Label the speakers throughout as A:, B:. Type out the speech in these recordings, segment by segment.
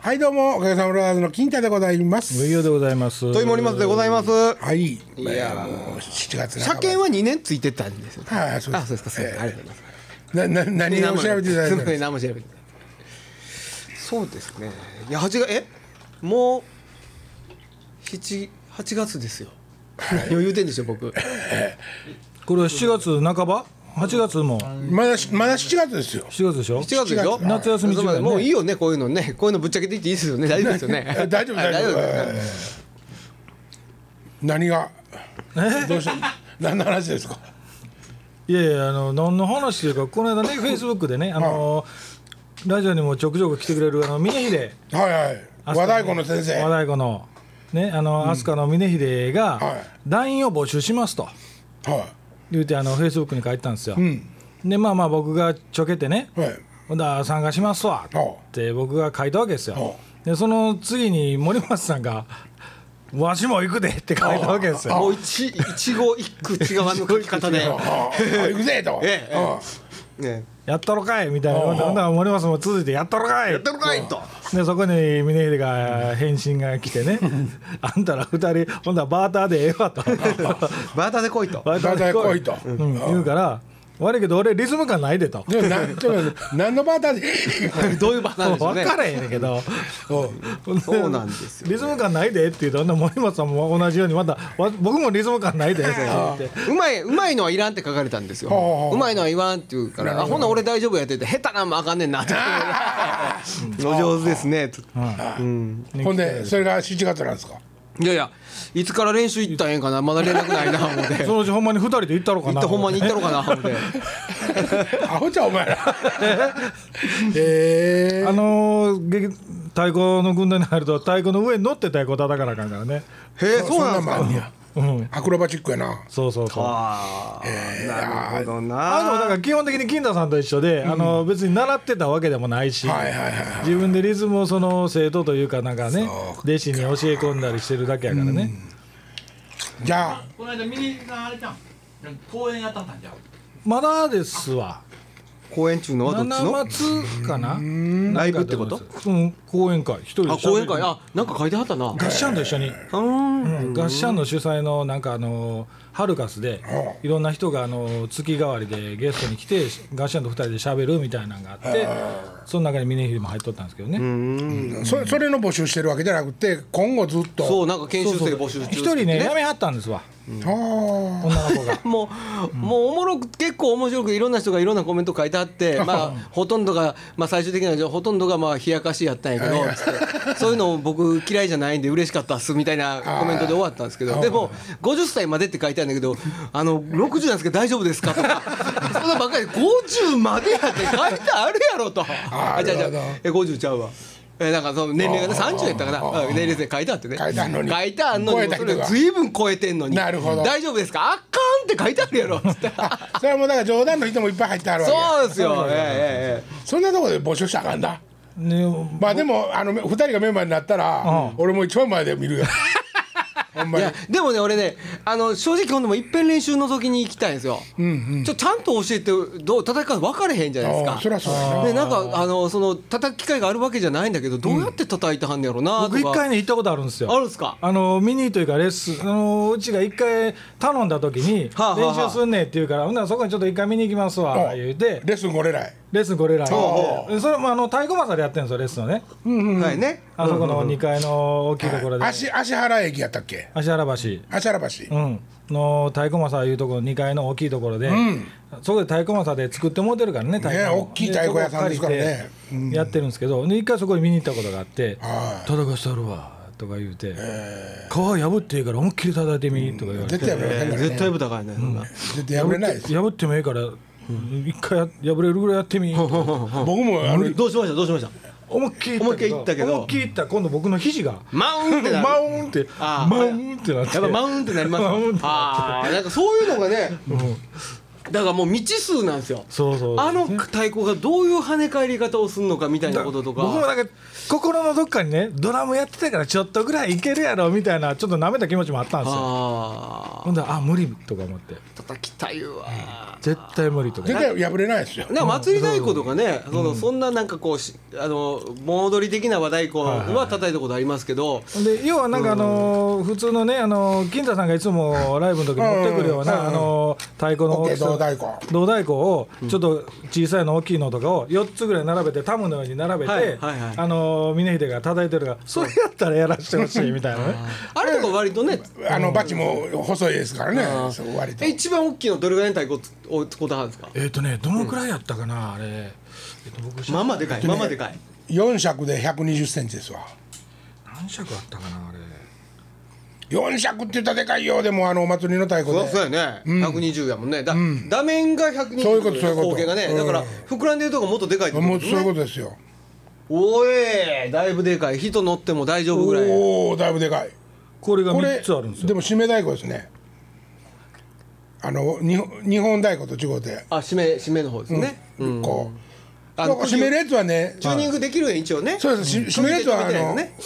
A: はいどうもおかげさまブラザーズの金太でございます
B: 無用でございます。
C: とい森松でございます。車
A: はいいやもう7月半ば
C: 検は2年ついてたんですよ。
A: はいそうで
C: あ、
A: す
C: そうですか。そうですかありがとうございます。
A: なな何を調べていただいたん
C: すご
A: で
C: い何も調べてないそうですね。いや8月えもう7 8月ですよ。余裕でんでしょ僕。
B: これは7月半ば？8月も
A: すまだしまだ7月ですよ
B: 7月でしょ？
C: 7月でしょ。
B: 夏休み中だよね
C: もういいよねこういうのねこういうのぶっちゃけていっていいですよね大丈夫ですよね。
A: 大丈夫
C: あ
A: 大丈夫えー何がどう した何の話ですか
B: いやいやあの何の話というかこの間ねフェイスブックでねあのラジオにもちょくちょく来てくれるあの峰秀
A: はいはい和
B: 飛鳥
A: 太鼓の先生
B: 和
A: は
B: 太鼓のねあの飛鳥の峰秀
A: は
B: が
A: い
B: 団員を募集しますと言うてあのフェイスブックに書いてたんですよ。でまあまあ僕がちょけてね
A: いはい
B: ほんだら参加しますわ
A: お
B: って僕が書いたわけですよ
A: お
B: でその次に森松さんが「 わしも行くで」って書いたわけですよ
C: もう一一語一句違うあの書き方で。
A: ああ あ行くぜと
C: ええ
A: あ
C: ね
B: 「やったろかい」みたいなほんだらほんだら森松も続いて「やったろかい
C: やっ」たのかいと。
B: でそこに峰秀が返信が来て ね「あんたら二人ほんだら バーターでええわ」と「
C: バーターで来いと。
B: バ
A: あ大体来いと
B: うん言うから「悪いけど俺リズム感ないで」と
A: でもなちょっと待って何のバーターで
C: どういうバーター
B: 分
C: でしょうね。
B: からへんねんけど。
A: お
C: そうなんですよ。
B: リズム感ないでって言うとほんなら森松さんも同じようにまたわ僕もリズム感ないでって言って
C: うまいうまいのはいらんって書かれたんですよ
A: ほうほうほう
C: うまいのはいらんって言うから「あほな俺大丈夫や」って言って「下手なんもあかんねんな」って「 お上手ですね」と
A: ほんでそれが7月なんですか
C: いやいやいつから練習行ったらええんかなまだ連絡 ないな」思うて
B: そのうちほんまに二人で行ったろ
C: 「行
B: か
C: っ
B: な
C: たほんまに行ったのかな」思うて
A: アホちゃんお前 らえ
B: あのー劇太鼓の軍団に入ると太鼓の上に乗って太鼓叩かなあかんからね
C: 「へえそうなんす
A: もあんね
C: か
A: や
B: うん
A: アクロバチックやな
B: そうそうそう」あ
C: あーなるほど
B: あでもだ
C: な
B: から基本的に金田さんと一緒で、あのー別に習ってたわけでもないし、
A: はいはいはい
B: 自分でリズムをその生徒というかなんかね弟子に教え込んだりしてるだけやからね、
A: じゃ
D: この間ミニがあれじゃん公演やったんじゃん
B: まだですわ
C: 公演中のはどっち
B: 七
C: の
B: 松かな
C: ライブってこと
B: うん講演会一人で
C: あ
B: 喋る
C: 公演会あなんか書いてはったな
B: ガッシャンと一緒に、
C: うん
B: うんガッシャンの主催のなんかあのハルカスでいろんな人があの月替わりでゲストに来てガッシャンと二人で喋るみたいなのがあってその中に峰秀も入っとったんですけどね、
A: あそそれの募集してるわけじゃなくて今後ずっと
C: そうなんか研
B: そう
C: 修
B: そう
C: 生募集中
B: 一人ねやめはったんですわ
A: はあ
B: 女の子が
C: もう、もうおもろく結構面白くいろんな人がいろんなコメント書いてあって、まあほとんどがまあ最終的にはほとんどがまあ冷やかしやったんやけど、つってそういうのを僕嫌いじゃないんで嬉しかったっすみたいなコメントで終わったんですけど、でも50歳までって書いてあるんだけど、あの60なんですけど大丈夫ですかとか、 そんなばっかり50までやって書いてあるやろと。あ、じゃじゃえ50ちゃうわ。えなんかその年齢がね30やったかなうん年齢で書いてあってね
A: 書いてあんのに
C: 書いてあんの
A: 超え
C: に
A: た
C: そ
A: 人
C: れ
A: が
C: ずいぶん超えてんのに
A: なるほど
C: 大丈夫ですかあかんって書いてあるや ろつって
A: それはもうだから冗談の人もいっぱい入ってあるわけや
C: そうですよえええ
A: そんなとこで募集したらあかんだ
B: ね
A: まあでもあの2人がメンバーになったら俺も一番前で見るよほんま
C: えい
A: に
C: やでもね俺ねあの正直ほんでもいっぺん練習の時に行きたいんですよ、ちょちゃんと教えてどう叩き方分かれへんじゃないです
A: あ
C: か
A: あそりゃそうや
C: でなんかあのその叩く機会があるわけじゃないんだけどどうやって叩いてはんねやろなとか、
B: 僕一回ね行ったことあるんですよ
C: あるんすか
B: あのミニというかレッスンあのうちが一回頼んだ時に
C: はあはあ
B: 練習すんねんって言うからほんならそこにちょっと一回見に行きますわ
A: うん
B: 言うて
A: レッスンこれない
B: レッスンこれらい
A: ほ
B: それもあの太鼓正でやってるんですよレッスンをね
C: はいね
B: あそこの2階の大きいところで
A: 足足原駅やったっけ
B: 芦原橋
A: 足原橋
B: うん、の太鼓正いうところ2階の大きいところで、そこで太鼓正で作ってもうてるからね太鼓
A: ね
B: も
A: 大きい太鼓屋さんですからね
B: そこ借りてやってるんですけどで一回そこに見に行ったことがあって
A: は
B: 「叩かしてあるわ」とか言うて「皮破っていいから思いっきり叩いてみ」とか言われ
A: 絶
B: て
A: 対破れない
C: 絶対豚からね、そんな
A: 絶対破れないです
B: 破ってもいいから一回や破れるぐらいやってみ
A: 僕もあの
C: どうしましたどうしました
B: 思いっきり
C: 思いっきり行ったけど
B: 思いっきり行ったら今度僕の肘が
C: マウンってなる
B: マウンって
C: あー
B: マウンってなって
C: やっぱマウンってなります
B: マウンってなって
C: ああなんかそういうのがね、だからもう未知数なんですよ
B: そうそう
C: あの太鼓がどういう跳ね返り方をするのかみたいなこととか
B: 僕もなんか心のどっかにねドラムやってたからちょっとぐらいいけるやろみたいなちょっと舐めた気持ちもあったんですよ
C: あ
B: ほんであ無理とか思って
C: あ叩きたいわ
B: 絶対無理とか
A: 絶対破れないですよ
C: なんか祭り太鼓とかね、そのそんななんかこうしあの盆踊り的な和太鼓は叩いたことありますけど、
B: で要はなんかあのー普通のねあのー金太さんがいつもライブの時に持ってくるよ
A: うん
B: う
A: うん
B: なあのー太鼓の
A: オッケ
B: 大
A: ー
B: きさ
A: 胴太鼓
B: 胴太鼓をちょっと小さいの大きいのとかを4つぐらい並べてタムのように並べ
C: はい
B: て
C: はいはい
B: あのー峰秀が叩いてるからそれやったらやらしてほしいみたいなね
C: あれとか割とね、
A: あのバチも細いですから
C: あ
A: ね
C: ー
A: そう割と
C: え一番大きいのどれぐらいの太鼓を使ったんですか
B: えっとねどのくらいやったかなあれえっと僕
C: まあまあでかい、まあまあでかい
A: 4尺で1 2 0ンチですわ
B: 何尺あったかなあれ
A: 4尺って言ったらでかいよでもあのお祭りの太鼓
C: そう
A: で
C: そうやね、120やもんねだ、打面が120
A: そういうことそういうこと
C: 光景がね、
A: うん
C: だから膨らんでるとこもっとでかいってこと
A: もう
C: で
A: そ
C: す
A: う
C: ね
A: いうことですよ
C: おえだいぶでかい人乗っても大丈夫ぐらい
A: おおだいぶでかい
B: これが
A: こ
B: 3
A: れ
B: つあるんですよ
A: でも締め太鼓ですねあの日本日本太鼓と違うて
C: あ締め締めの方ですね、うん
A: こう
C: あ
A: なんか締めるやつはね
C: チューニングできるやん一応ね
A: そうですし締めるやつはあの
C: ね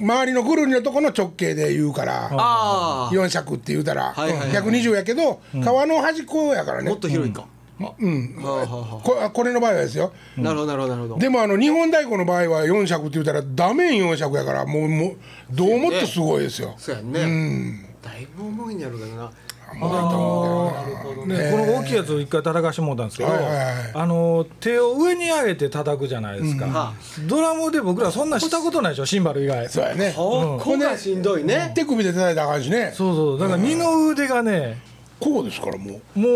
A: 周りのぐるりのとこの直径で言うから
C: あ
A: 4尺って言うたら
C: はいはいはい
A: 120やけど皮の端っこやから
C: あも
A: ね
C: っと広いか、
A: うん
C: はあはあは
A: ここれの場合はですよ
C: あなるほどなるほどなるほど
A: でもあの日本太鼓の場合は4尺って言うたらダメン4尺やからもうもうどうもっとすごいですよ。
C: そうやんね、
A: うん
C: だいぶ重いんやろうけどな
B: ねこの大きいやつを一回叩かしてもらったんですけど、
A: はいはいはい
B: あの手を上に上げて叩くじゃないですか、ドラムで僕らそんなしたことないでしょシンバル以外
A: そ
B: そ
A: ううやね。
C: ここがしんどいね、
A: 手首で叩いたらあかんしね。
B: そうだから二の腕がね
A: こうですからもう
B: も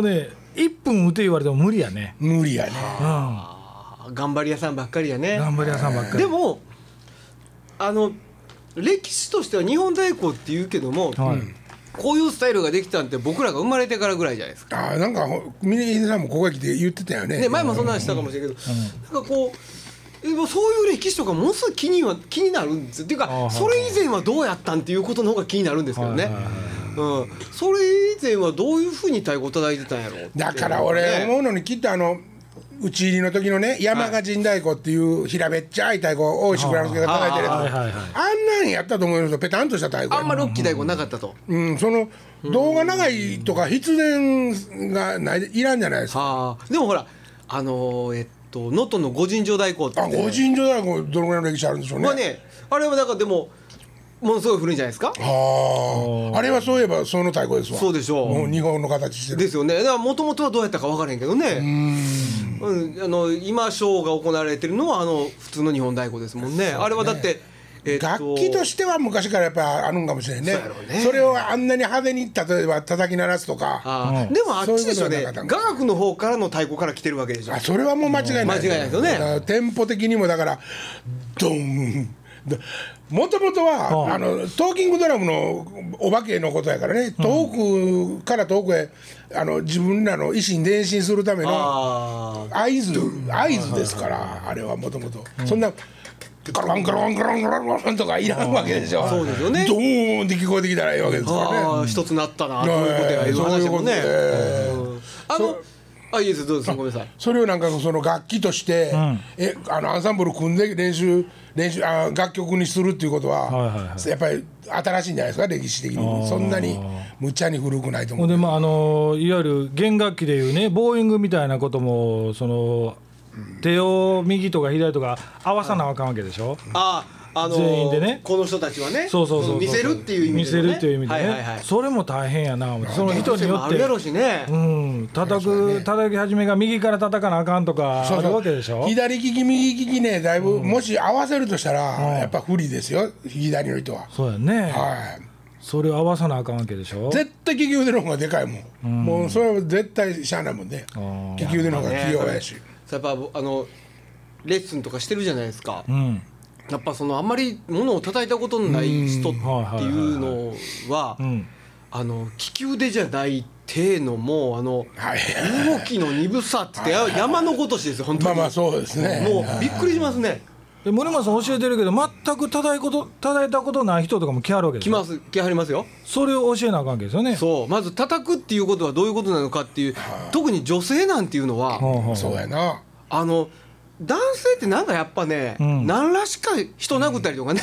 B: うね1分打て言われても無理やね
A: 無理やね。
B: うん頑
C: あ頑張り屋さんばっかりやね
B: 張り屋さんばっかり
C: でもあの歴史としては日本太鼓っていうけども、
B: はい
C: こういうスタイルができたんって僕らが生まれてからぐらいじゃないですか。
A: ああなんかほ峰秀さんもここへ来て言ってたよね。
C: ね、前もそんな話したかもしれないけど、なんかこうえもうそういう歴史とかものすごい気には気になるんですよっていう
B: あーは
C: か
B: い
C: それ以前はどうやったんっていうことの方が気になるんですけどね、
B: はいはいはい
C: うん、それ以前はどういうふうに太鼓を叩いてたんやろうって
A: だから俺
C: ね
A: 思うのにきっとあの打ち入りの時のね山賀陣太鼓っていう平べっちゃい太鼓大石蔵之介が叩いてるやつ
B: はいはいはい
A: あんなんやったと思いますよペタンとした太鼓や
C: あんまロッキー太鼓なかったと、
A: うん、その動画長いとか必然がないいらんじゃないですか。
C: はあでもほらあのーえっと能登の五尋城太鼓って
A: あ、ご尋常だこどのぐらいの歴史あるんでしょうね。
C: まあねあれはなんかでもものすごい古いんじゃないですか
A: はあ、あれはそういえばその太鼓ですわ。
C: そうでしょう
A: もう日本の形して
C: で
A: る。
C: すよねだからもともとはどうやったか分からへんけどねうんあの今ショーが行われてるのはあの普通の日本太鼓ですもんねあれはだって、えっと
A: 楽器としては昔からやっぱあるんかもしれんね
C: そうやろうね
A: それをあんなに派手に例えば叩き鳴らすとかあ
C: あー
B: うん
C: でもあっちでしょ
A: そう
C: う
A: い
C: ね
A: うことはなかったんです
C: 雅楽の方からの太鼓から来てるわけでしょ
A: それはもう間違いない
C: 間違いないですよね
A: だからテンポ的にもだからドンドもともとは
B: はあ
A: あのトーキングドラムのお化けのことやからね遠くから遠くへあの自分らの意思に伝心するための
C: あ
A: 合図合図ですからあれはもともとそんなガロンガロンガロンガロンガロンとかいらんわけでしょ
C: そうですよね
A: ドーンって聞こえてきたらいいわけです
C: ー
A: からね
C: あー一つなったなということやいう話だもんね
A: そういうことで
C: うんあのあいいですどうですごめんなさい
A: それをなんかその楽器として、えあのアンサンブル組んで練習練習あ楽曲にするっていうことは,、
B: はいはいは
A: やっぱり新しいんじゃないですか歴史的にそんなにむっちゃに古くないと思
B: ほん
A: う
B: でまああのいわゆる弦楽器でいうねボーイングみたいなこともその手を右とか左とか合わさなあかんわけでしょ、
C: あーあのー
B: 全員でね
C: この人たちはね
B: そうそうそうそう
C: 見せるっていう意味で、ね、
B: 見せるっていう意味でね、
C: はいはいはい
B: それも大変やな思ってその人によ
C: あ
B: っ
C: る
B: て
C: やろうしね、
B: うん、叩く、叩き始めが右から叩かなあかんとかあるわけでしょ
A: 左利き右利きねだいぶ、もし合わせるとしたら、やっぱ不利ですよ左の人は、
B: そうやね、
A: はい
B: それを合わさなあかんわけでしょ
A: 絶対利き腕の方がでかいもん、もうそれは絶対しゃあないもんね
B: ん
A: 利き腕の方が器用やし、
C: やっぱあのレッスンとかしてるじゃないですか、
B: うん
C: やっぱそのあんまり物を叩いたことのない人っていうのは
B: うん
C: あの利き腕じゃない手のもうあの
A: はい
C: 動きの鈍さって言ってや山のごとしですよ本当
A: まあ
C: に
A: まあそうですね
C: もうびっくりしますね
B: で森本さん教えてるけど全く叩いこと叩いたことない人とかも来はるわけです
C: 来
B: よ
C: ます来はりますよ
B: それを教えなあかんわけですよね
C: そうまず叩くっていうことはどういうことなのかっていう特に女性なんていうのは、
B: ほうほう
A: そうやな
C: あの男性ってなんかやっぱね、
B: うん
C: 何らしか人殴ったりとかね、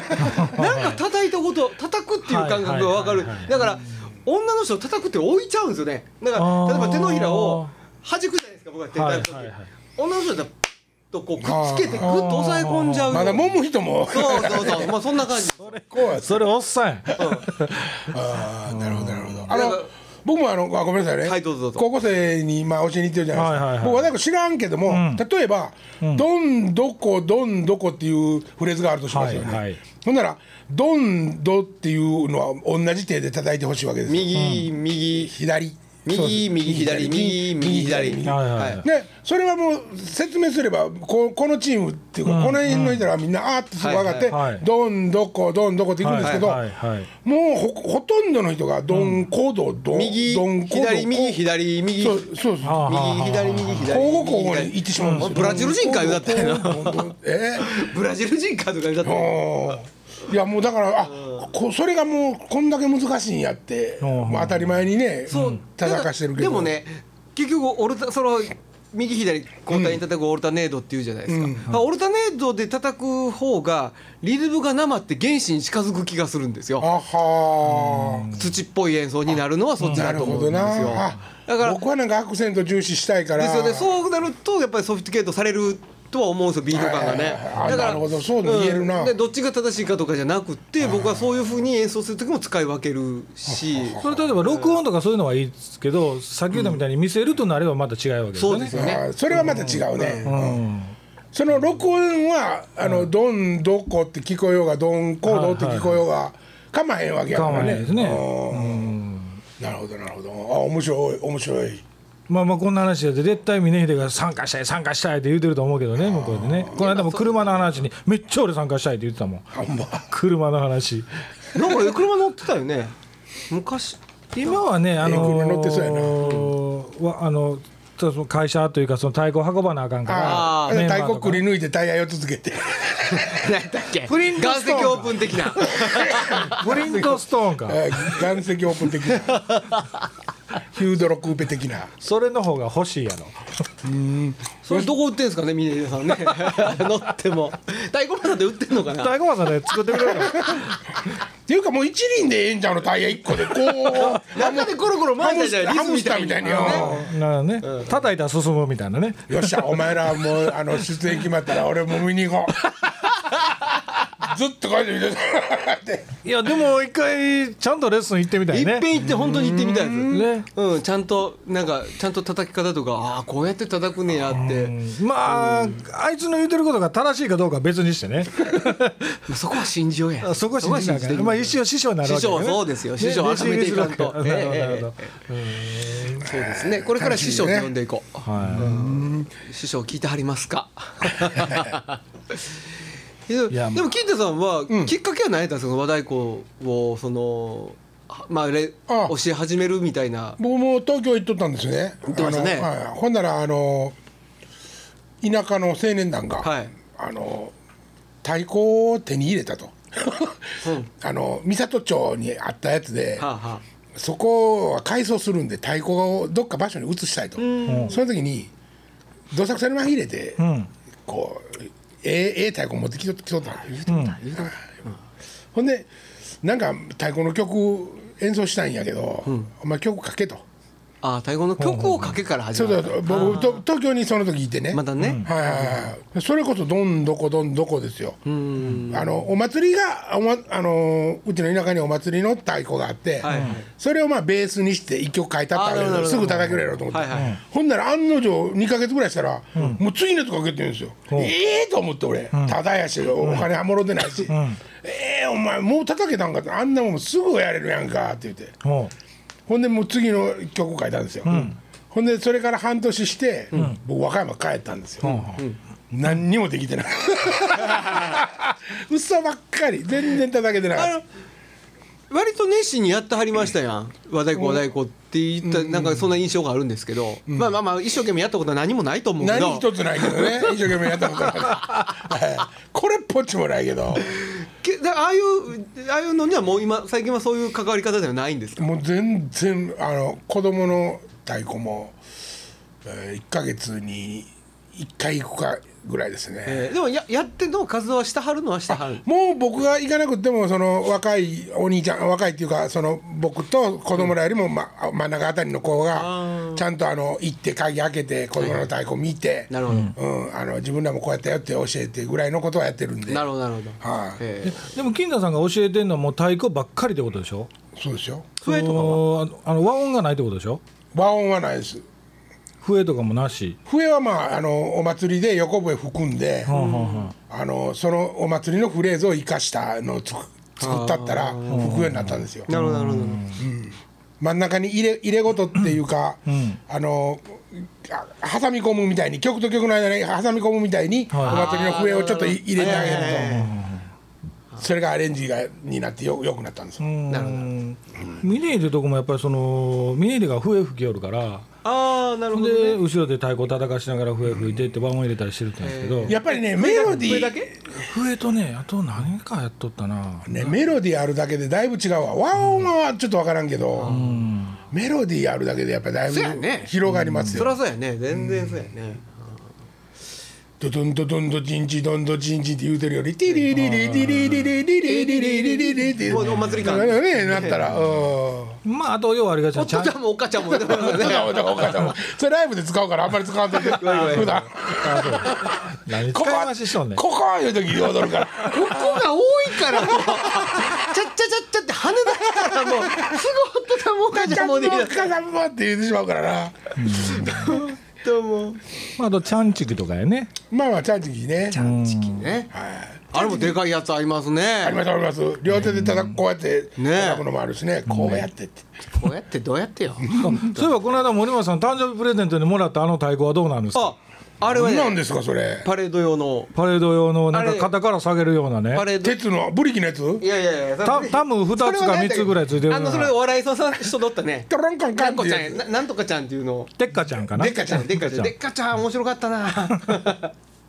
C: なんか叩いたこと叩くっていう感覚がわかる、
B: はいはいはいはい
C: だから女の人を叩くって置いちゃうんですよねだから例えば手のひらを弾くじゃないですか僕は手
B: はいは
C: 叩
B: い
C: く時、
B: はい
C: 女の人だったらとこうくっつけてグッと押さえ込んじゃう
A: まだ
C: も
A: 揉む人も
C: そうそう そうまあそんな感じ
A: こうや
B: それおっさんや
A: ああなるほどなるほどあ
C: なん
A: の
C: か
A: 僕もあのあごめんなさいね、
C: はいどうぞどうぞ
A: 高校生にまあ教えに行ってるじゃないですか、
B: はいはいはい
A: 僕はなんか知らんけども、
B: ん
A: 例えば、どんどこどんどこっていうフレーズがあるとしますよね、
B: はいはい
A: ほんならどんどっていうのは同じ手で叩いてほしいわけですよ
C: 右右
A: 左そうです
C: 右右左右右左
A: 右
B: はいはいはい
C: はい
A: でそれはもう説明すればここのチームっていうか、この辺の人らはみんなあーってすぐ上がって、
B: はいはいはい
A: どんどこどんどこっていくんですけど、
B: はいはい
A: もうほほとんどの人がどんこどどん
C: 右
A: どんこど
C: 左右左右
A: そう
C: 右
A: そうそう
B: ああ
C: 左右左
A: 交互交互に行ってしまうんですよ
C: ブラジル人かよだってな
A: どんどんえ
C: ブラジル人かとか言うた
A: え
C: って
A: ああいやもうだからあこそれがもうこんだけ難しいんやって、
B: うん
A: まあ、当たり前にね叩かしてるけど
C: でもね結局オルタその右左交代に叩くオルタネードっていうじゃないですか,、
A: うん
C: オルタネードで叩く方がリズムが生って原子に近づく気がするんですよ
A: あはー
C: 土っぽい演奏になるのはそっち
A: な
C: だ
A: る
C: と思
A: ほ
C: うんで
A: ど
C: すよ
A: なあ
C: だから
A: 僕はなんかアクセント重視したいから
C: ですよねそうなるとやっぱりソフィスティケートされるとは思うんですよビート感がね
A: はいはいはいあなるほどそうでも言えるな
C: でどっちが正しいかとかじゃなくて僕はそういうふうに演奏する時も使い分けるし
B: それ例えば録音とかそういうのはいいですけどさっき言ったみたいに見せるとなればまた違うわけですよ
C: そうで
B: ね
C: すよね
A: あーそれはまた違うね、
B: うん
A: その録音はあの、どんどこって聞こえようがどんこうどって聞こえようがかまへんわけやから
B: かま
A: ね
B: へんですね
A: うんなるほどなるほどあ面白い面白い
B: まあまあこんな話で絶対峰秀が参加したい参加したいって言うてると思うけどね向こうでねこの間も車の話にめっちゃ俺参加したいって言ってたもん
A: あんま
B: 車の話
C: なんか車乗ってたよね昔
B: 今はねあの
A: ええ車乗ってそうやな
B: わあのちょっとその会社というかその太鼓運ばなあかんから
A: あ
C: あ
A: あ
C: ー
B: メンバ
A: 太
B: ーとか
A: 鼓くり抜いてタイヤ4つつけて
C: 何だっけ
B: プリント
C: 岩
B: ス
C: 石
B: トーン
C: オープン的な
B: プリントストーンか
A: えー岩石オープン的なヒュードロクーペ的な
B: それの方が欲しいやろ
C: それどこ売ってんすかね峰さんね 乗っても太鼓判さんで売ってんのか
B: 太
C: な
B: 鼓判さんで作ってくれるから
A: っていうかもう一輪でええんちゃうのタイヤ1個でこう
C: 中でコロコロ
A: ハ
C: 回
A: ム
C: した
A: ス
C: じ
A: タ
C: ゃな
A: ーハムスターみ
C: いリズムみたいに
A: たいによ
B: なるほどね叩いたら進むみたいなね
A: よっしゃお前らもうあの出演決まったら俺も見に行こうずっと書いてみてって
B: いやでも一回ちゃんとレッスン行ってみた
C: い
B: い
C: っ
B: ね
C: ぺん行って本当に行ってみたいです
B: ね
C: うん、ちゃんとなんかちゃんと叩き方とかああこうやって叩くねやって
B: まああいつの言ってることが正しいかどうかは別にしてね
C: そこは信じようや
B: あそこは信じなあかんまあ一応師匠になるわ
C: 師
B: けだ
C: 匠は
B: ね
C: そうですよ
B: ね
C: 師匠は
B: 弟子
C: は
B: 入り
C: めてい
B: する
C: か
B: わ
C: ん
B: け
C: と
B: や
C: え
B: な
C: え
B: るほどなるほど
C: ええええそうですねこれから師匠と呼んでいこう
B: は
C: 師匠聞いてはりま すかいや
B: いやまあ
C: でも金太さんはきっかけは何やったんですか、和太鼓をそのはまあれ
A: あ
C: 教え始めるみたいな
A: 僕も東京行っとったんですよね
C: 行ってましたね
A: あのはいほんならあの田舎の青年団が、
C: はい
A: あの太鼓を手に入れたと
C: うん
A: あの三郷町にあったやつで、
C: はあ、は
A: そこは改装するんで太鼓をどっか場所に移したいと、その時にどさくさに紛れて、
B: いうん
A: こうええええ太鼓持ってきときとったんですよ
C: あ、言うてもらっ
A: ほんでなんか太鼓の曲演奏したいんやけど、お前曲かけと。
C: たああ太鼓の曲をかけから始
A: そう
C: ま
A: そ
C: る
A: うそう僕と東京にその時いてね、
C: まだね、
A: はいはいはいそれこそどんどこどんどこですよ、あのお祭りがお、ま、あのうちの田舎にお祭りの太鼓があって、
C: はいはい
A: それをまあベースにして一曲書いたったわけです
C: あなるほ
A: よ
C: ど
A: すぐ叩けるやろと思って、
C: はいはい
A: ほんなら案の定2か月ぐらいしたら、もう次のやつかけてるんですよ、ええと思って俺、ただやしお金はもろてないし、ええお前もう叩けたんかってあんなもんすぐやれるやんかって言って。
B: おう
A: ほんでもう次の曲を書いたんですよ、ほんでそれから半年して、僕和歌山帰ったんですよ、何にもできてない 嘘ばっかり全然叩けてな
C: あ
A: かっ
C: の割と熱心にやってはりましたやん和太鼓和太鼓って言ったなんかそんな印象があるんですけど、まあまあまあ一生懸命やったことは何もないと思うけ
A: 何
C: ど
A: 一つないけどね一生懸命やったことないから、はい、これっぽっちもないけど
C: けだああいうああいうのにはもう今最近はそういう関わり方ではないんですか
A: もう全然あの子供の太鼓も、え1ヶ月に1回行くかぐらいですね、
C: えーでもややっての活動はしてはるのはしてはる
A: もう僕が行かなくてもその若いお兄ちゃん若いっていうかその僕と子供らよりも、ま、真ん中あたりの子がちゃんとあの行って鍵開けて子供の太鼓見て、
C: なるほど、
A: うん、あの自分らもこうやってやって教えてぐらいのことはやってるんで
C: なるほどなるほど、
A: はい
C: えー
B: でも金田さんが教えてるのはもう太鼓ばっかりってことでしょ
A: そうですよ
C: 笛とかは
B: そのあの和音がないってことでしょ
A: 和音はないです
B: 笛とかもなし
A: 笛はまああのお祭りで横笛吹くんで、あのそのお祭りのフレーズを生かしたのをつく作ったったら吹くようになったんですよ
C: なるほどなるほど、
A: 真ん中に入れ入れ事っていうか、あのあ挟み込むみたいに曲と曲の間に挟み込むみたいに、
B: はい
A: お祭りの笛をちょっとい入れてあげると、
C: はいはいはい
A: それがアレンジがになってよよくなったんですよ、
C: なるほど
B: 峰秀とこもやっぱりその峰秀が笛吹きよるから
C: ああなるほど、
B: で
C: ね、
B: 後ろで太鼓叩かしながら笛吹いてって和音入れたりしてるって言うんですけど、
A: やっぱりねメロディ
C: 笛だ
A: ー、
C: け
B: 笛とねあと何かやっとったな
A: ね、メロディーあるだけでだいぶ違うわ和音はちょっと分からんけど、メロディーあるだけでやっぱりだいぶ
C: そうやね
A: 広がりますよ、
C: そりゃそうやね全然そうやね、
A: ドドンドドンドチンチドンドチンチって言うてるよりティリリリリリリリリリリリリリリって
C: もうお祭り感
A: ねなったらうん
B: まああと要はあれがち
C: お
B: ゃ
C: っと
B: ん
C: ちゃんもおっか ちゃんもね
A: お母さんお母さんも それライブで使うからあんまり使わんといて普段
B: 何使
A: こ
B: い
A: こ
B: 回ししとんねん
A: ここいう時に踊る から
C: ここが多いからもうちゃっちゃちゃっちゃって羽だからもうすぐホットタンもおかちゃんもでき
A: お
C: な
A: 母さんもって言ってしまうからな
C: と思う
B: まああとちゃんちきとかやね
A: まあまあチャンチキね
C: ね
A: はい
C: あれもでかいやつあります
A: あり
C: ね
A: ますあります両手で叩くこうやって
C: ね
A: 叩くのもあるしねこうやってって
C: こうやってどうやってよ
B: そういえばこの間森松さん誕生日プレゼントにもらったあの太鼓はどうなんですか
C: ああれは
A: 何なん
C: ね
A: ですかそれ
C: パレード用の
B: パレード用のなん
C: あ
B: か
C: れ
B: 肩から下げるようなね
C: パレード
A: 鉄のブリキのやつ
C: いやいやいや
B: タタム二つか
C: それはね
B: 三つぐらいついてるな
C: あのそれお笑いさんさん人だったね
A: トロンカンカ
C: な
A: ン
C: ん
A: って
C: こ
A: いう
C: ち
A: や
C: ゃんや
A: つ
C: ななんとかちゃんっていうのを
B: でっかちゃんかな
A: でっかちゃん
C: でっかちゃ
B: で
C: んで
B: っ
C: っかちゃん面白かったな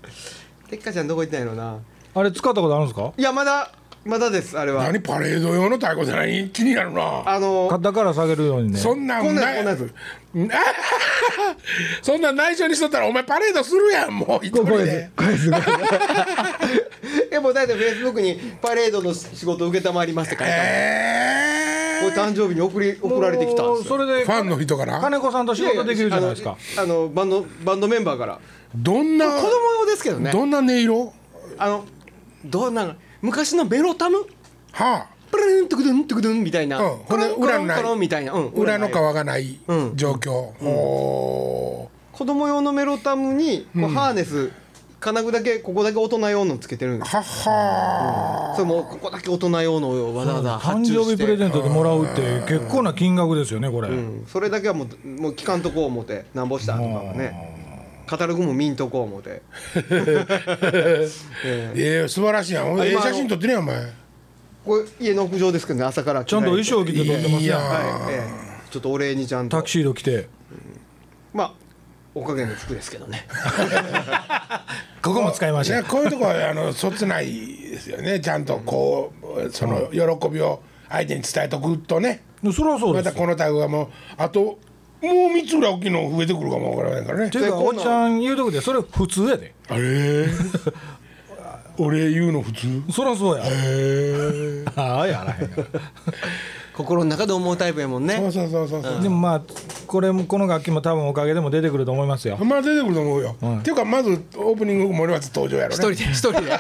C: でっかちゃんどこ行ったんやろな
B: あれ使ったことあるんですか
C: いやまだまだですあれは
A: 何パレード用の太鼓って何気になるな
C: あの
B: 肩から下げるようにね
A: そんなん
C: こんなん
A: い
C: こんなんやつ
A: そんなん内緒にしとったらお前パレードするやんもう一人で
C: えもう大体フェイスブックにパレードの仕事を承りますって書いてある
A: え
C: これ
A: ー
C: 誕生日に送り送られてきたん
B: も
C: で
B: う
C: す
B: そ
C: よ
B: れで
A: ファンの人から
B: 金子さんと仕事できるじゃないですか
C: あのあのバンドバンドメンバーから
A: どんな
C: 子供用ですけどね
A: どんな音色
C: あのどうなん昔のベロタム
A: は
C: プルントゥクドゥントゥクドゥンみたいな、
A: あ、うん、
C: コ
A: ほん
C: ロ
A: で
C: ンコ
A: 裏
C: ロ
A: の
C: ン
A: ない
C: コロンみたいな、うん、
A: 裏の皮
C: ない
A: がない
C: うん
A: 状況、お
C: 子供用のメロタムにこうハーネス金具だけここだけ大人用のつけてるんで
A: ー
C: す
A: はっは
C: それもうここだけ大人用のをわざわざ発
B: 誕
C: 注し
B: 生日
C: て
B: プレゼントでもらうって結構な金額ですよねこれ、
C: うん、それだけはもうもう聞かんとこう思ってなんぼしたとかもねカタログも見んとこう思って、ええ
A: ーえー、素晴らしいやんほんでええ
C: 今あの
A: 写真撮ってるやんお前
C: これ家の屋上ですけどね朝から着
B: ちゃんと
C: 替え
B: 衣装
C: て
B: 着て撮ってま
A: い
B: す
A: いや
B: ね
A: ん
C: はい、ええちょっとお礼にちゃん
B: タ
C: と
B: キシード着て
C: まあおかげの服ですけどね
B: ここも使いまし
A: い
B: た
A: やこういうとこはあのそつないですよねちゃんとこうその喜びを相手に伝えとくとね
B: それはそう
A: ま
B: です
A: た
B: よ
A: このタグがもうあともう三つぐらい大きいの増えてくるかもわからないからね
B: ていうか
C: で
B: お
C: こん
B: っ
C: な
B: ちゃん言うとくでそれ普通やで
A: あれ 俺言うの普通
B: そりゃそうや
A: へえ
B: ああやらへんから
C: 心の中で思うタイプやも
A: そ
C: んね
A: うそうそうそうそう、
B: でもまあこれもこの楽器も多分おかげでも出てくると思いますよ
A: まあ出てくると思うよ、っていうかまずオープニング森松登場やろ
C: 一人
A: ね
C: で一人で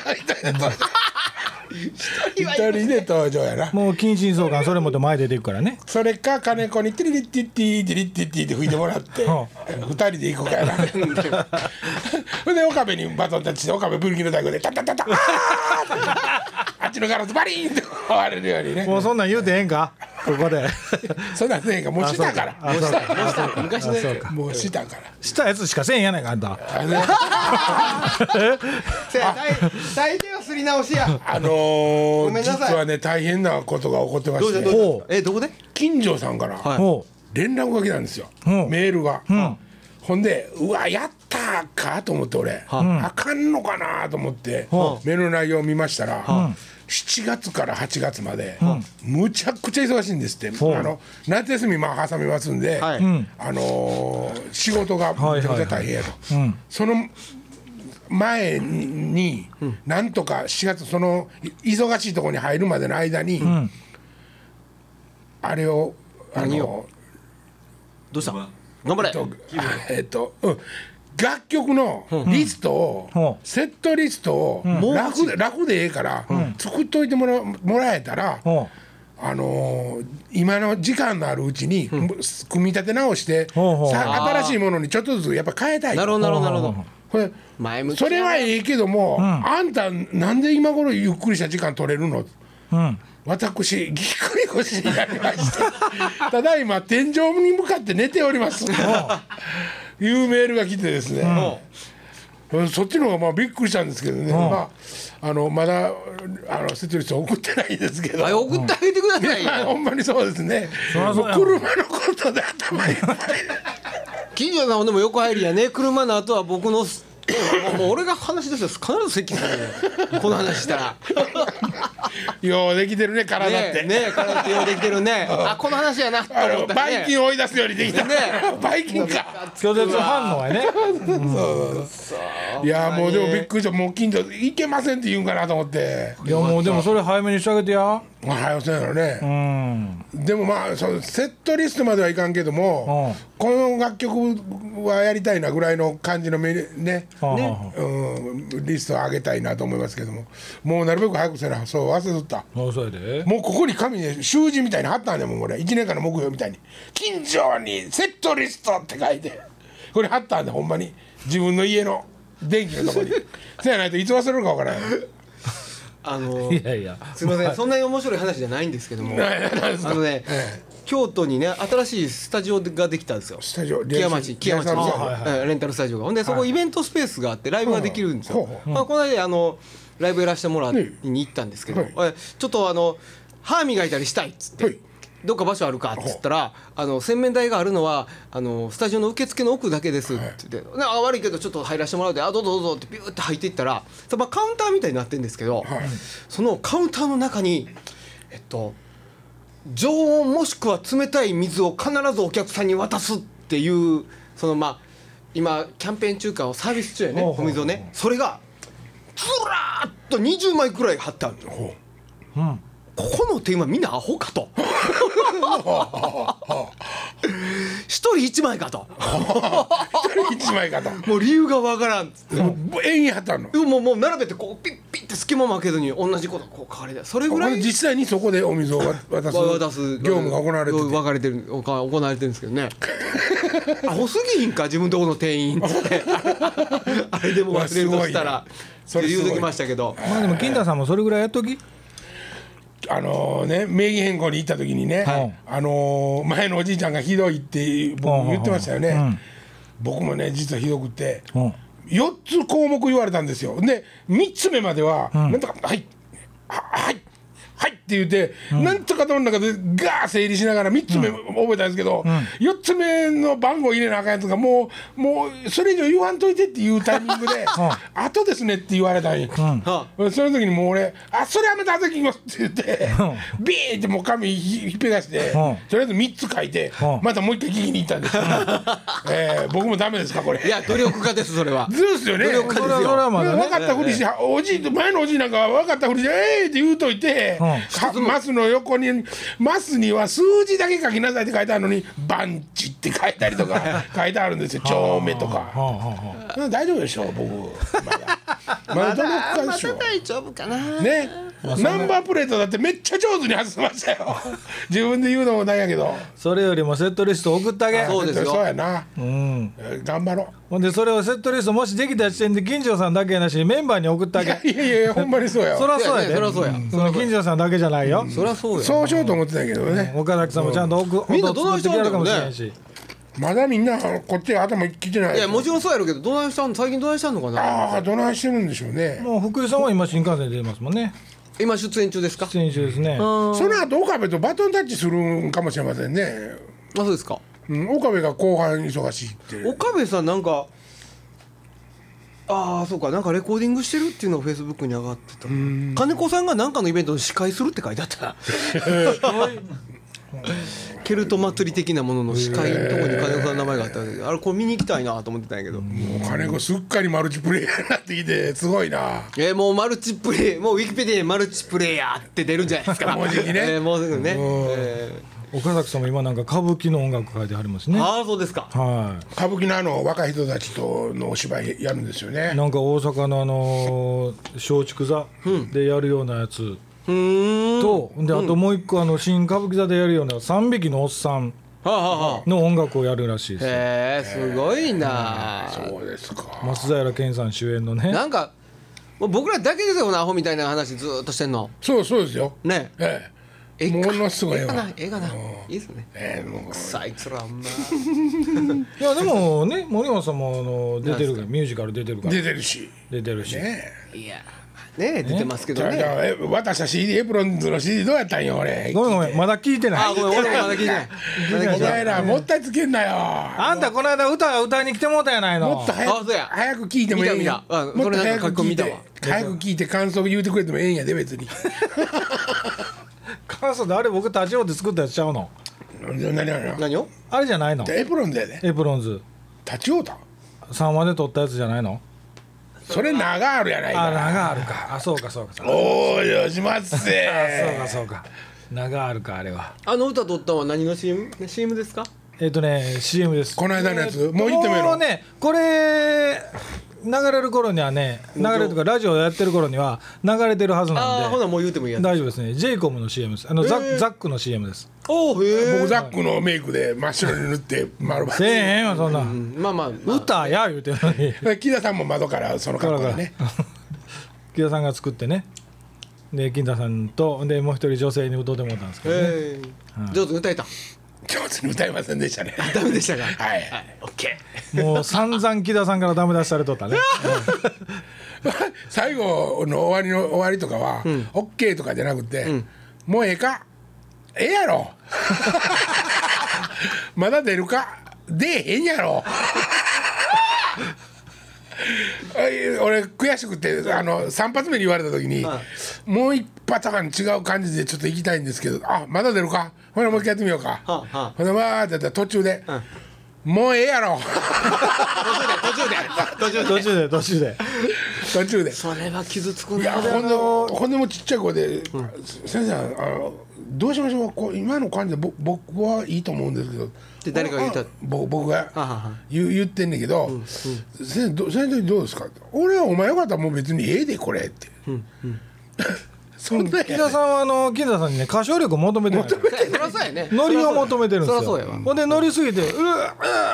A: 一人で登場やな
B: もう近親相関それもって前出ていくからね
A: それか金子にティリリッティッティティリッティッティって吹いてもらって
B: うん
A: 二人で行こうかやなほんで岡部にバトンタッチして岡部ブルキの太鼓でタッタッタッタッあーってあっちのガラスバリーンって割れるようにね
B: もうそんなん言うてええんかここで
A: そんなんせえへんからもうしたから
B: あそうか
C: どうした昔のやつ
B: あそうか
A: もうしたから
B: したやつしかせえへんやないかあんた
A: あの
E: せや大大抵はすり直しや
A: あの
E: ご
A: ー、
E: めんなさい
A: 実はね大変なことが起こってま
C: どう
A: し
C: した
A: て
C: どう
B: ほ
C: し
B: う
C: たえどこで
A: 近所さんから
C: はい
B: ほ
A: 連絡が来たんですよ、
B: うん
A: メールが、
B: ん
A: ほんでうわやったーかと思って俺、あかんのかなと思って、メールの内容を見ましたら、7月から8月まで、むちゃくちゃ忙しいんですって、
B: ほう
A: あの夏休みまあ挟みますんで、
C: はい
A: あのー仕事がめちゃくちゃ大変やと、
B: ん
A: その前に、なんとか4月そのい忙しいところに入るまでの間に、あれをあ
C: 何
A: の
C: をどうした
D: まあ
C: 頑張
A: えっと
C: れ
A: えっと、うん、楽曲のリストを、
B: うん
A: セットリストを楽で楽でええから、作っといてもらもらえたら、
B: うほ
A: あのー今の時間のあるうちに、組み立て直して、
B: ほうほう
A: さ新しいものにちょっとずつやっぱ変えたいと
C: なるほどなるほどなるほど
A: これ
C: 前向き
A: それはええけども、あんたなんで今頃ゆっくりした時間取れるの
B: ううん
A: 私ぎっくり腰になりました ただいま天井に向かって寝ておりますいうメールが来てですね、そっちの方がまあびっくりしたんですけどね、まあ、あのまだあのセトリスト送ってないですけど
C: あ送ってあげてください
A: まあ
C: よ
A: ほんまにそうですね
B: りゃそうや
A: もう車のことで頭いっぱい
C: 近所さんほんでも横入りやね車の後は僕のすもうもう俺が話ですよ必ず席するねこの話したら
A: ようできてるね体っ
C: ね
A: て、
C: えねえ体ってようできてるねあこの話やなと
A: あ
C: 思
A: の
C: った
A: バイ
C: ら
A: キ
C: ね
A: ン追い出すようにできた、
C: ね
A: バイキンか。
B: 拒絶反応や ね
A: いやもうでもびっくりしたもう近所行けませんって言うんかなと思って
B: いやもうでもそれ早めにしてあげてや
A: まあ早そうやろ
B: う
A: ね、
B: ん
A: でもまあそうセットリストまではいかんけども、
B: う
A: この楽曲はやりたいなぐらいの感じのメリね
B: はあはあは
A: ね、うん、リストを上げたいなと思いますけどももうなるべく早くせなそう忘れとった
B: もうそれ で
A: もうここに紙で習字みたいに貼ったんだもん俺1年間の目標みたいに「近所にセットリスト」って書いてこれ貼ったんだほんまに自分の家の電気のとこ にせやないといつ忘れるかわからない
C: あの
B: いやいや
C: すみませんそんなに面白い話じ ゃないんですけどもあのね京都にね新しいスタジオができたんですよ
A: スタジオ
C: 木屋町木屋町
A: リハーサル
B: はい
C: うんレンタルスタジオがほんでそこイベントスペースがあってライブができるんです
A: ほう
C: よ
A: ほう、
C: まあ、この間あのライブやらせてもらい
A: ね
C: に行ったんですけど、
A: はい
C: えちょっとあの歯磨いたりしたいっつって、
A: はい
C: どっか場所あるかっつったらあの洗面台があるのはあのスタジオの受付の奥だけですって言って、なあ悪いけどちょっと入らせてもらうであどうぞどうぞってビューって入っていったら、そまあ、カウンターみたいになってるんですけど、
A: い
C: そのカウンターの中にえっと常温もしくは冷たい水を必ずお客さんに渡すっていうそのまあ今キャンペーン中間をサービス中やね
B: ほうほうほ
C: お
B: う
C: 水をねそれがずらーっと20枚くらい貼ってあるの
A: ほ
B: うん
C: ここの店員はみんなアホかと 一人一 枚かと
A: う 一枚方
C: もう理由がわからんっつって
A: もう円に貼ったの
C: もうもう並べてこうピッピッって隙間も開けずに同じことこう変わりだそれぐらい
A: 実際にそこでお水を渡す
C: 渡す
A: 業務が行われてて
C: 分かれてるおか行われてるんですけ どねアホすぎんか自分とこの店員っつって あれでも忘れるとした
A: うわ
C: ら
A: すごいね
C: って言うときましたけど
B: まあでも金太さんもそれぐらいやっとき
A: あのね名義変更に行った時にね、
B: はい
A: あのー前のおじいちゃんがひどいって
B: うんうん
A: 僕
B: うん
A: 言ってましたよね、
B: うん
A: 僕もね実はひどくて、
B: うん
A: 4つ項目言われたんですよで3つ目までは、なんとか「はいははいはい」って言って、なんとか頭の中でガー整理しながら3つ目覚えたんですけど、四4つ目の番号入れなあかんやつがもうもうそれ以上言わんといてって いうタイミングで「あとですね」って言われたんよ。
C: は
A: その時にもう俺「あそれはまた後で聞きます」って言ってビーってもう紙ひひっぺがして
B: うん
A: とりあえず3つ書いて
B: うん
A: またもう一回聞きに行ったん です、えー僕もダメですかこれ
C: あいや努力家ですそれは
A: ずるっすよね
C: 努力家
B: そ
C: で
B: れは
C: す
B: それは
C: よ
B: まだ
A: 分
B: ね
A: かったふりして、おじい前のおじいなんかは分かったふりして「ええって言うといて、かマスの横にマスには数字だけ書きなさいって書いてあるのに「バンチ」って書いたりとか書いてあるんですよ「丁目」と
B: はあ
A: か
B: はあはあ
A: 大丈夫でしょ僕まだまだ
C: あ
A: 6
C: ー
A: 回
C: まだ
A: 賞
C: 大丈夫かな、
A: ねナンバープレートだってめっちゃ上手に外せましたよ自分で言うのもなんやけど
B: それよりもセットリスト送ってあげ
C: そうですよ
A: そうやな
B: うん
A: 頑張ろう
B: ほんでそれをセットリストもしできた時点で金城さんだけやなしにメンバーに送ってあ
A: い
B: げ
A: やいやいやほんまにそうや
B: そ
A: わ
B: らそうや
C: い
B: で
C: やいやそらそうや
B: んその金城さんだけじゃないよ
C: そりゃそう よ
A: そうしようと思ってたけどね
B: 岡崎さんもちゃんと送
C: みんなどないしたんだろう
B: 送ってきは
C: ね
B: るかもしれんし
A: まだみんなこっち頭きてない
C: いやもちろんそうやろうけどどないしたん最近どないしたんのかな
A: ああどないしてるんでしょうね
B: もう福井さんは今新幹線で出てますもんね
C: 今出演中ですか
B: 出演中ですね
A: その後岡部とバトンタッチするんかもしれませんね、
C: あそうですか
A: うん、岡部が後半忙しいって
C: 岡部さんなんかああそうかなんかレコーディングしてるっていうのをフェイスブックに上がってた金子さんが何かのイベントの司会するって書いてあったなケルト祭り的なものの司会のとこに金子さんの名前があったんだけどあれこれ見に行きたいなと思ってたんやけど
A: もう金子すっかりマルチプレイヤーになってきてすごいな
C: えーもうマルチプレイもうウィキペディアにマルチプレイヤーって出るんじゃない ですか
A: もうじきね
C: えーもうすぐね、え
B: 岡崎さんも今なんか歌舞伎の音楽書いてはります
C: ー
B: ね
C: ああそうですか
B: は
A: 歌舞伎のあの若い人たちとのお芝居やるんですよ
B: い
A: ね
B: なんか大阪のあのー松竹座でやるようなやつ
C: うーん
B: とであともう一個あの新歌舞伎座でやるような3匹のおっさん
C: はあはあはあ
B: の音楽をやるらしいですよ
C: へえすごいなあ
A: そうですか
B: 松平健さん主演のね
C: なんかもう僕らだけですよなアホみたいな話ずーっとしてんの
A: そうそうですよ
C: ね
A: え
C: ええ
A: え
C: か
A: ものすごい
C: ええか
A: わ
C: なええかないいですね
A: ええもう
C: さあいつらあんま
B: いやでもね森本さんもあの出てるからミュージカル出てるから
A: 出てるし
B: 出てるし
A: ね
C: いやねえ出てますけ
A: じ
C: ど
A: ゃあじ
C: ね
A: ゃあえ渡した CD エプロンズの CD どうやったんよ俺
B: ごめんごめんまだ聞いてな
C: あ
B: い
C: ごめん俺もまだ聞いてないまだ聞
A: お
C: いてない
A: 前らもったいつけんなよ
B: あんたこの間歌歌いに来てもうたやないの
A: もっと早
C: あ
A: く
C: そうや
A: 早く聞いてもええんや
C: 見た見たうん
A: もっ
C: そ
A: と
C: れなんか
A: 早く聞い
C: 書き込み見た
A: て
C: わ
A: 早く聞いて感想言うてくれてもええんやで別 に
B: 関西であれ僕立ち寄って作ったやつちゃうの
A: 何何何
C: 何を
B: あれじゃないの
A: エプロンズやで
B: エプロンズ
A: 立ちようた
B: 3話で撮ったやつじゃないの
A: それ長あるやない
B: あ
A: か
B: 長あるかあそうかそうかそうか
A: おおよしまっ
B: そう
A: せ
B: かそうか長あるかあれは
C: あの歌撮ったのは何の CM? ね CM ですか
B: えっとね CM です
A: この間のやつ
B: えっと
A: もう言ってみろ
B: もうねこれ流れる頃にはね流れるとかラジオやってる頃には流れてるはず
C: ああ
B: なん
C: ほ
B: で
C: なもう言うてもいいやつ
B: 大丈夫ですね j イコムの CM ですあのザッザックの CM です
C: おおへえ
A: 僕ザックのメイクで真っ白に塗って丸ば
B: せえへんよそんな
C: まあまあまあ
B: 歌や言うてるのに
A: 木田さんも窓からその格好でね
B: 木田さんが作ってねで金田さんとでもう一人女性に歌ってもらったんですけどね
C: ええ上手に歌えた
A: 上手に歌いませんでしたね
C: ダメでしたか
A: はい
C: はいオッケ
B: もう散々木田さんからダメ出しされとっ たね
A: 最後の終わりの終わりとかは、オッケーとかじゃなくて、もうええかええや ろまだ出るか出えへんや ろ俺悔しくてあの3発目に言われた時に、もう一パターン違う感じでちょっと行きたいんですけどあまだ出るかほらもう一回やってみようか、
C: はあはあ
A: ほなわーってやったら途中で、もうええやろ
C: ー途中で途中で
B: 途中で途中で
A: 途中で
C: それは傷つくない
A: やほんでほんでもちっちゃい声で「先生あのどうしましょうこう今の感じでぼ僕はいいと思うんですけど」って
C: 誰かが言った
A: 僕が
C: はは
A: 言う言ってんねんけど「先生ど先生どうですか?」俺はお前よかったらもう別にええでこれ」って。 そんな
B: 木
A: や
B: 田さんはあの金田さんにね歌唱力を求めてない
C: そりゃそう やね
B: ノリを求めてるんですよ
C: そりゃそうやわ
B: ほんでノリすぎて「うーう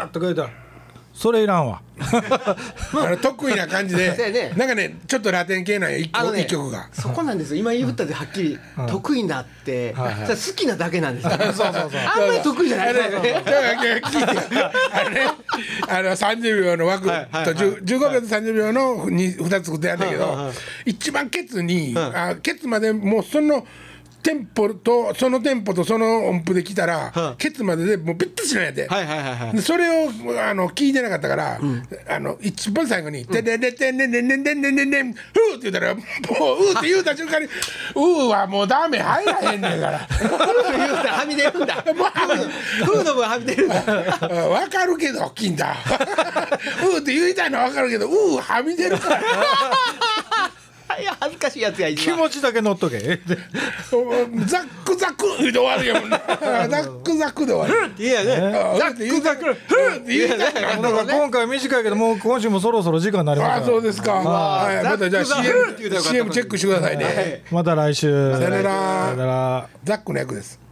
B: ー」とか言ったら「それいら んわ」
A: あの得意な感じ
C: そうや
A: で
C: ね
A: なんかねちょっとラテン系なんや一
C: あの
A: 曲
C: ね
A: 一曲が。
C: そこなんですよ今言ったではっきり得意なって
B: はいはい
C: それ好きなだけなんですよあ
B: そうそうそうん
C: まり得意じゃない
A: あれだから聞いてあれねあの30秒の枠と
C: はいはい
A: 10 15秒と30秒の 2, 2つことやんだけど、
C: はいはいはい
A: 一番ケツに、あケツまでもうそのテンポとそのテンポとその音符で来たら、
C: はい
A: ケツまででもうびっとしないやで。
C: はいはいはいはい
A: でそれをあの聞いてなかったから、あの一番最後に「てででてんでんでんでんでんでんでんでんふう」って言ったら「もうう」って言うた瞬間に「う」はもうダメ入らへんねんから。
C: 言うたらはみ出るんだ風の分はみ出るんだ
A: わかるけど金 だうーって言いたいのはわかるけどうーはみ出るから
C: いや恥ずかしいやつや
B: 気
C: 今
B: 持ちだけ乗っとけ
A: ザックザク言うて終わるよザックとザックで終わり。
C: いやね
A: あ俺って言うたくふんって言うたく なる
B: だから今回短いけどもう今週もそろそろ時間になり
A: あ
B: ます
A: あ
B: か
A: そう
B: ら
A: ですか。はいまたじゃあ
C: ザックザックって言うたら
A: CM
C: よかった
A: CM チェックしてくださいね。
B: また来週
A: さよな
B: さよな
A: ら。
B: ら
A: ザックの役です。